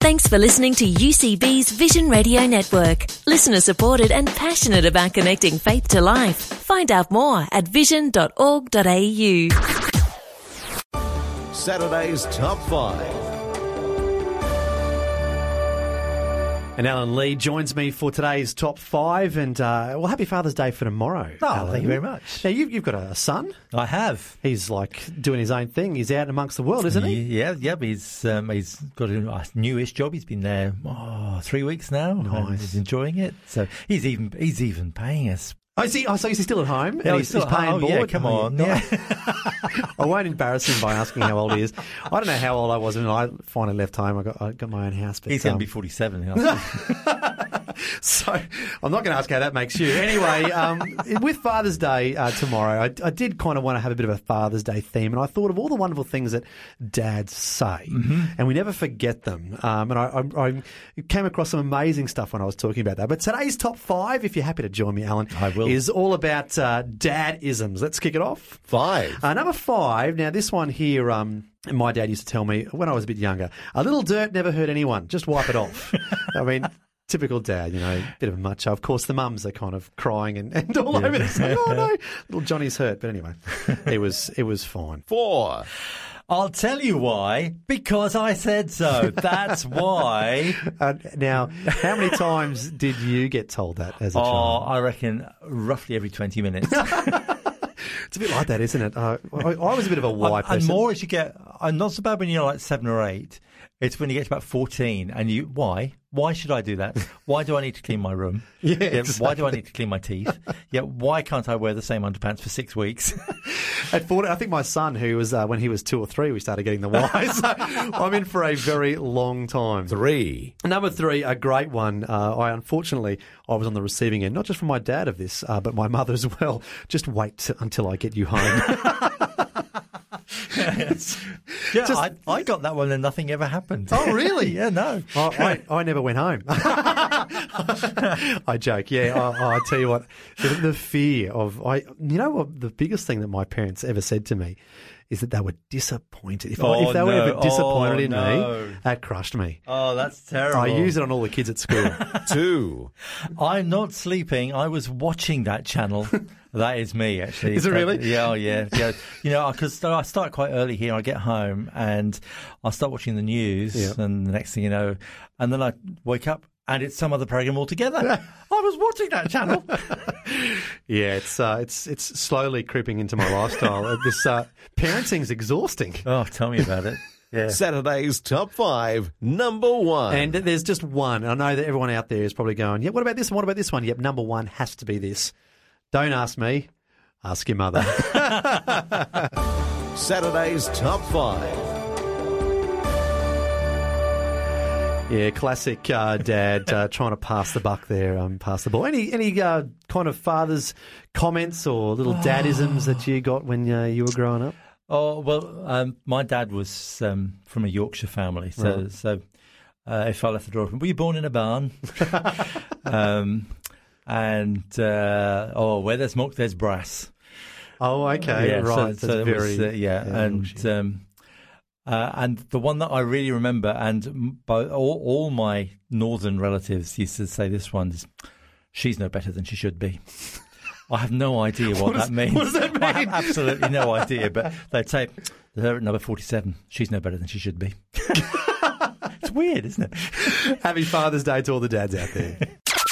Thanks for listening to UCB's Vision Radio Network. Listener supported and passionate about connecting faith to life. Find out more at vision.org.au. Saturday's Top 5. And Alan Lee joins me for today's top five. And, uh, well, happy Father's Day for tomorrow. Oh, Alan. thank you very much. Now, you've, you've got a son. I have. He's like doing his own thing. He's out amongst the world, isn't he? Yeah, yeah. He's um, he's got a a newish job. He's been there oh, three weeks now. and Nice. He's enjoying it. So he's even he's even paying us. Oh, is he, oh, so is he still at home? Oh, and he's, still- he's paying oh, board? Yeah, come Oh, on. yeah. Yeah. I won't embarrass him by asking how old he is. I don't know how old I was when I finally left home. I got, I got my own house. But, he's going um, to be forty-seven. Now. So I'm not going to ask how that makes you. Anyway, um, with Father's Day uh, tomorrow, I, I did kind of want to have a bit of a Father's Day theme, and I thought of all the wonderful things that dads say, Mm-hmm. and we never forget them. Um, and I, I, I came across some amazing stuff when I was talking about that. But today's top five, if you're happy to join me, Alan, I will. is all about uh, dad isms. Let's kick it off. 5. Uh, number five. Now, this one here, um, my dad used to tell me when I was a bit younger a little dirt never hurt anyone. Just wipe it off. I mean, typical dad, you know, bit of a macho. Of course, the mums are kind of crying and, and all over this. Like, oh, no, little Johnny's hurt. But anyway, it was, it was fine. 4. I'll tell you why. Because I said so. That's why. Uh, now, how many times did you get told that as a Oh, child? I reckon roughly every twenty minutes. It's a bit like that, isn't it? Uh, I, I was a bit of a why and, person. and more as you get, and not so bad when you're like seven or eight. It's when you get to about fourteen, and you why why should I do that? Why do I need to clean my room? Yeah, Why do I need to clean my teeth? yeah. Why can't I wear the same underpants for six weeks? At 40, I think my son, who was uh, when he was two or three, we started getting the why. So I'm in for a very long time. 3. Number three, a great one. Uh, I unfortunately I was on the receiving end, not just from my dad of this, uh, but my mother as well. Just wait t- until I get you home. yeah, Just- I, I got that one, and nothing ever happened. Oh, really? Oh. yeah, no. I, I, I never went home. I joke. Yeah, I, I tell you what, the, the fear of I. You know what? The biggest thing that my parents ever said to me is that they were disappointed. If, I, if Oh, they were no. ever disappointed Oh, in no. me, that crushed me. Oh, that's terrible. I use it on all the kids at school. 2. I'm not sleeping. I was watching that channel. that is me, actually. Is it really? Yeah, oh, yeah, yeah. You know, because I start quite early here. I get home and I start watching the news, Yeah. and the next thing you know, and then I wake up and it's some other program altogether. I was watching that channel. Yeah, it's uh, it's it's slowly creeping into my lifestyle. Uh, this uh, parenting's exhausting. oh, tell me about it. Yeah. Saturday's Top 5. Number 1. And there's just one. I know that everyone out there is probably going, "Yeah, what about this one? What about this one?" Yep, number one has to be this. Don't ask me, ask your mother. Saturday's Top 5. yeah, classic uh, dad uh, trying to pass the buck there, um, pass the ball. Any any uh, kind of father's comments or little dadisms that you got when uh, you were growing up? Oh well, um, my dad was um, from a Yorkshire family, so so uh, if I left the door open, were you born in a barn? um, and uh, oh, where there's milk, there's brass. Oh, okay, yeah, right. So, That's so it was, very- uh, yeah, and um, uh, and the one that I really remember, and m- bo- all, all my northern relatives used to say this one is, "She's no better than she should be." I have no idea what, that means. What does that mean? I have absolutely no idea. But they'd say, "Her at number forty-seven. She's no better than she should be." it's weird, isn't it? happy Father's Day to all the dads out there.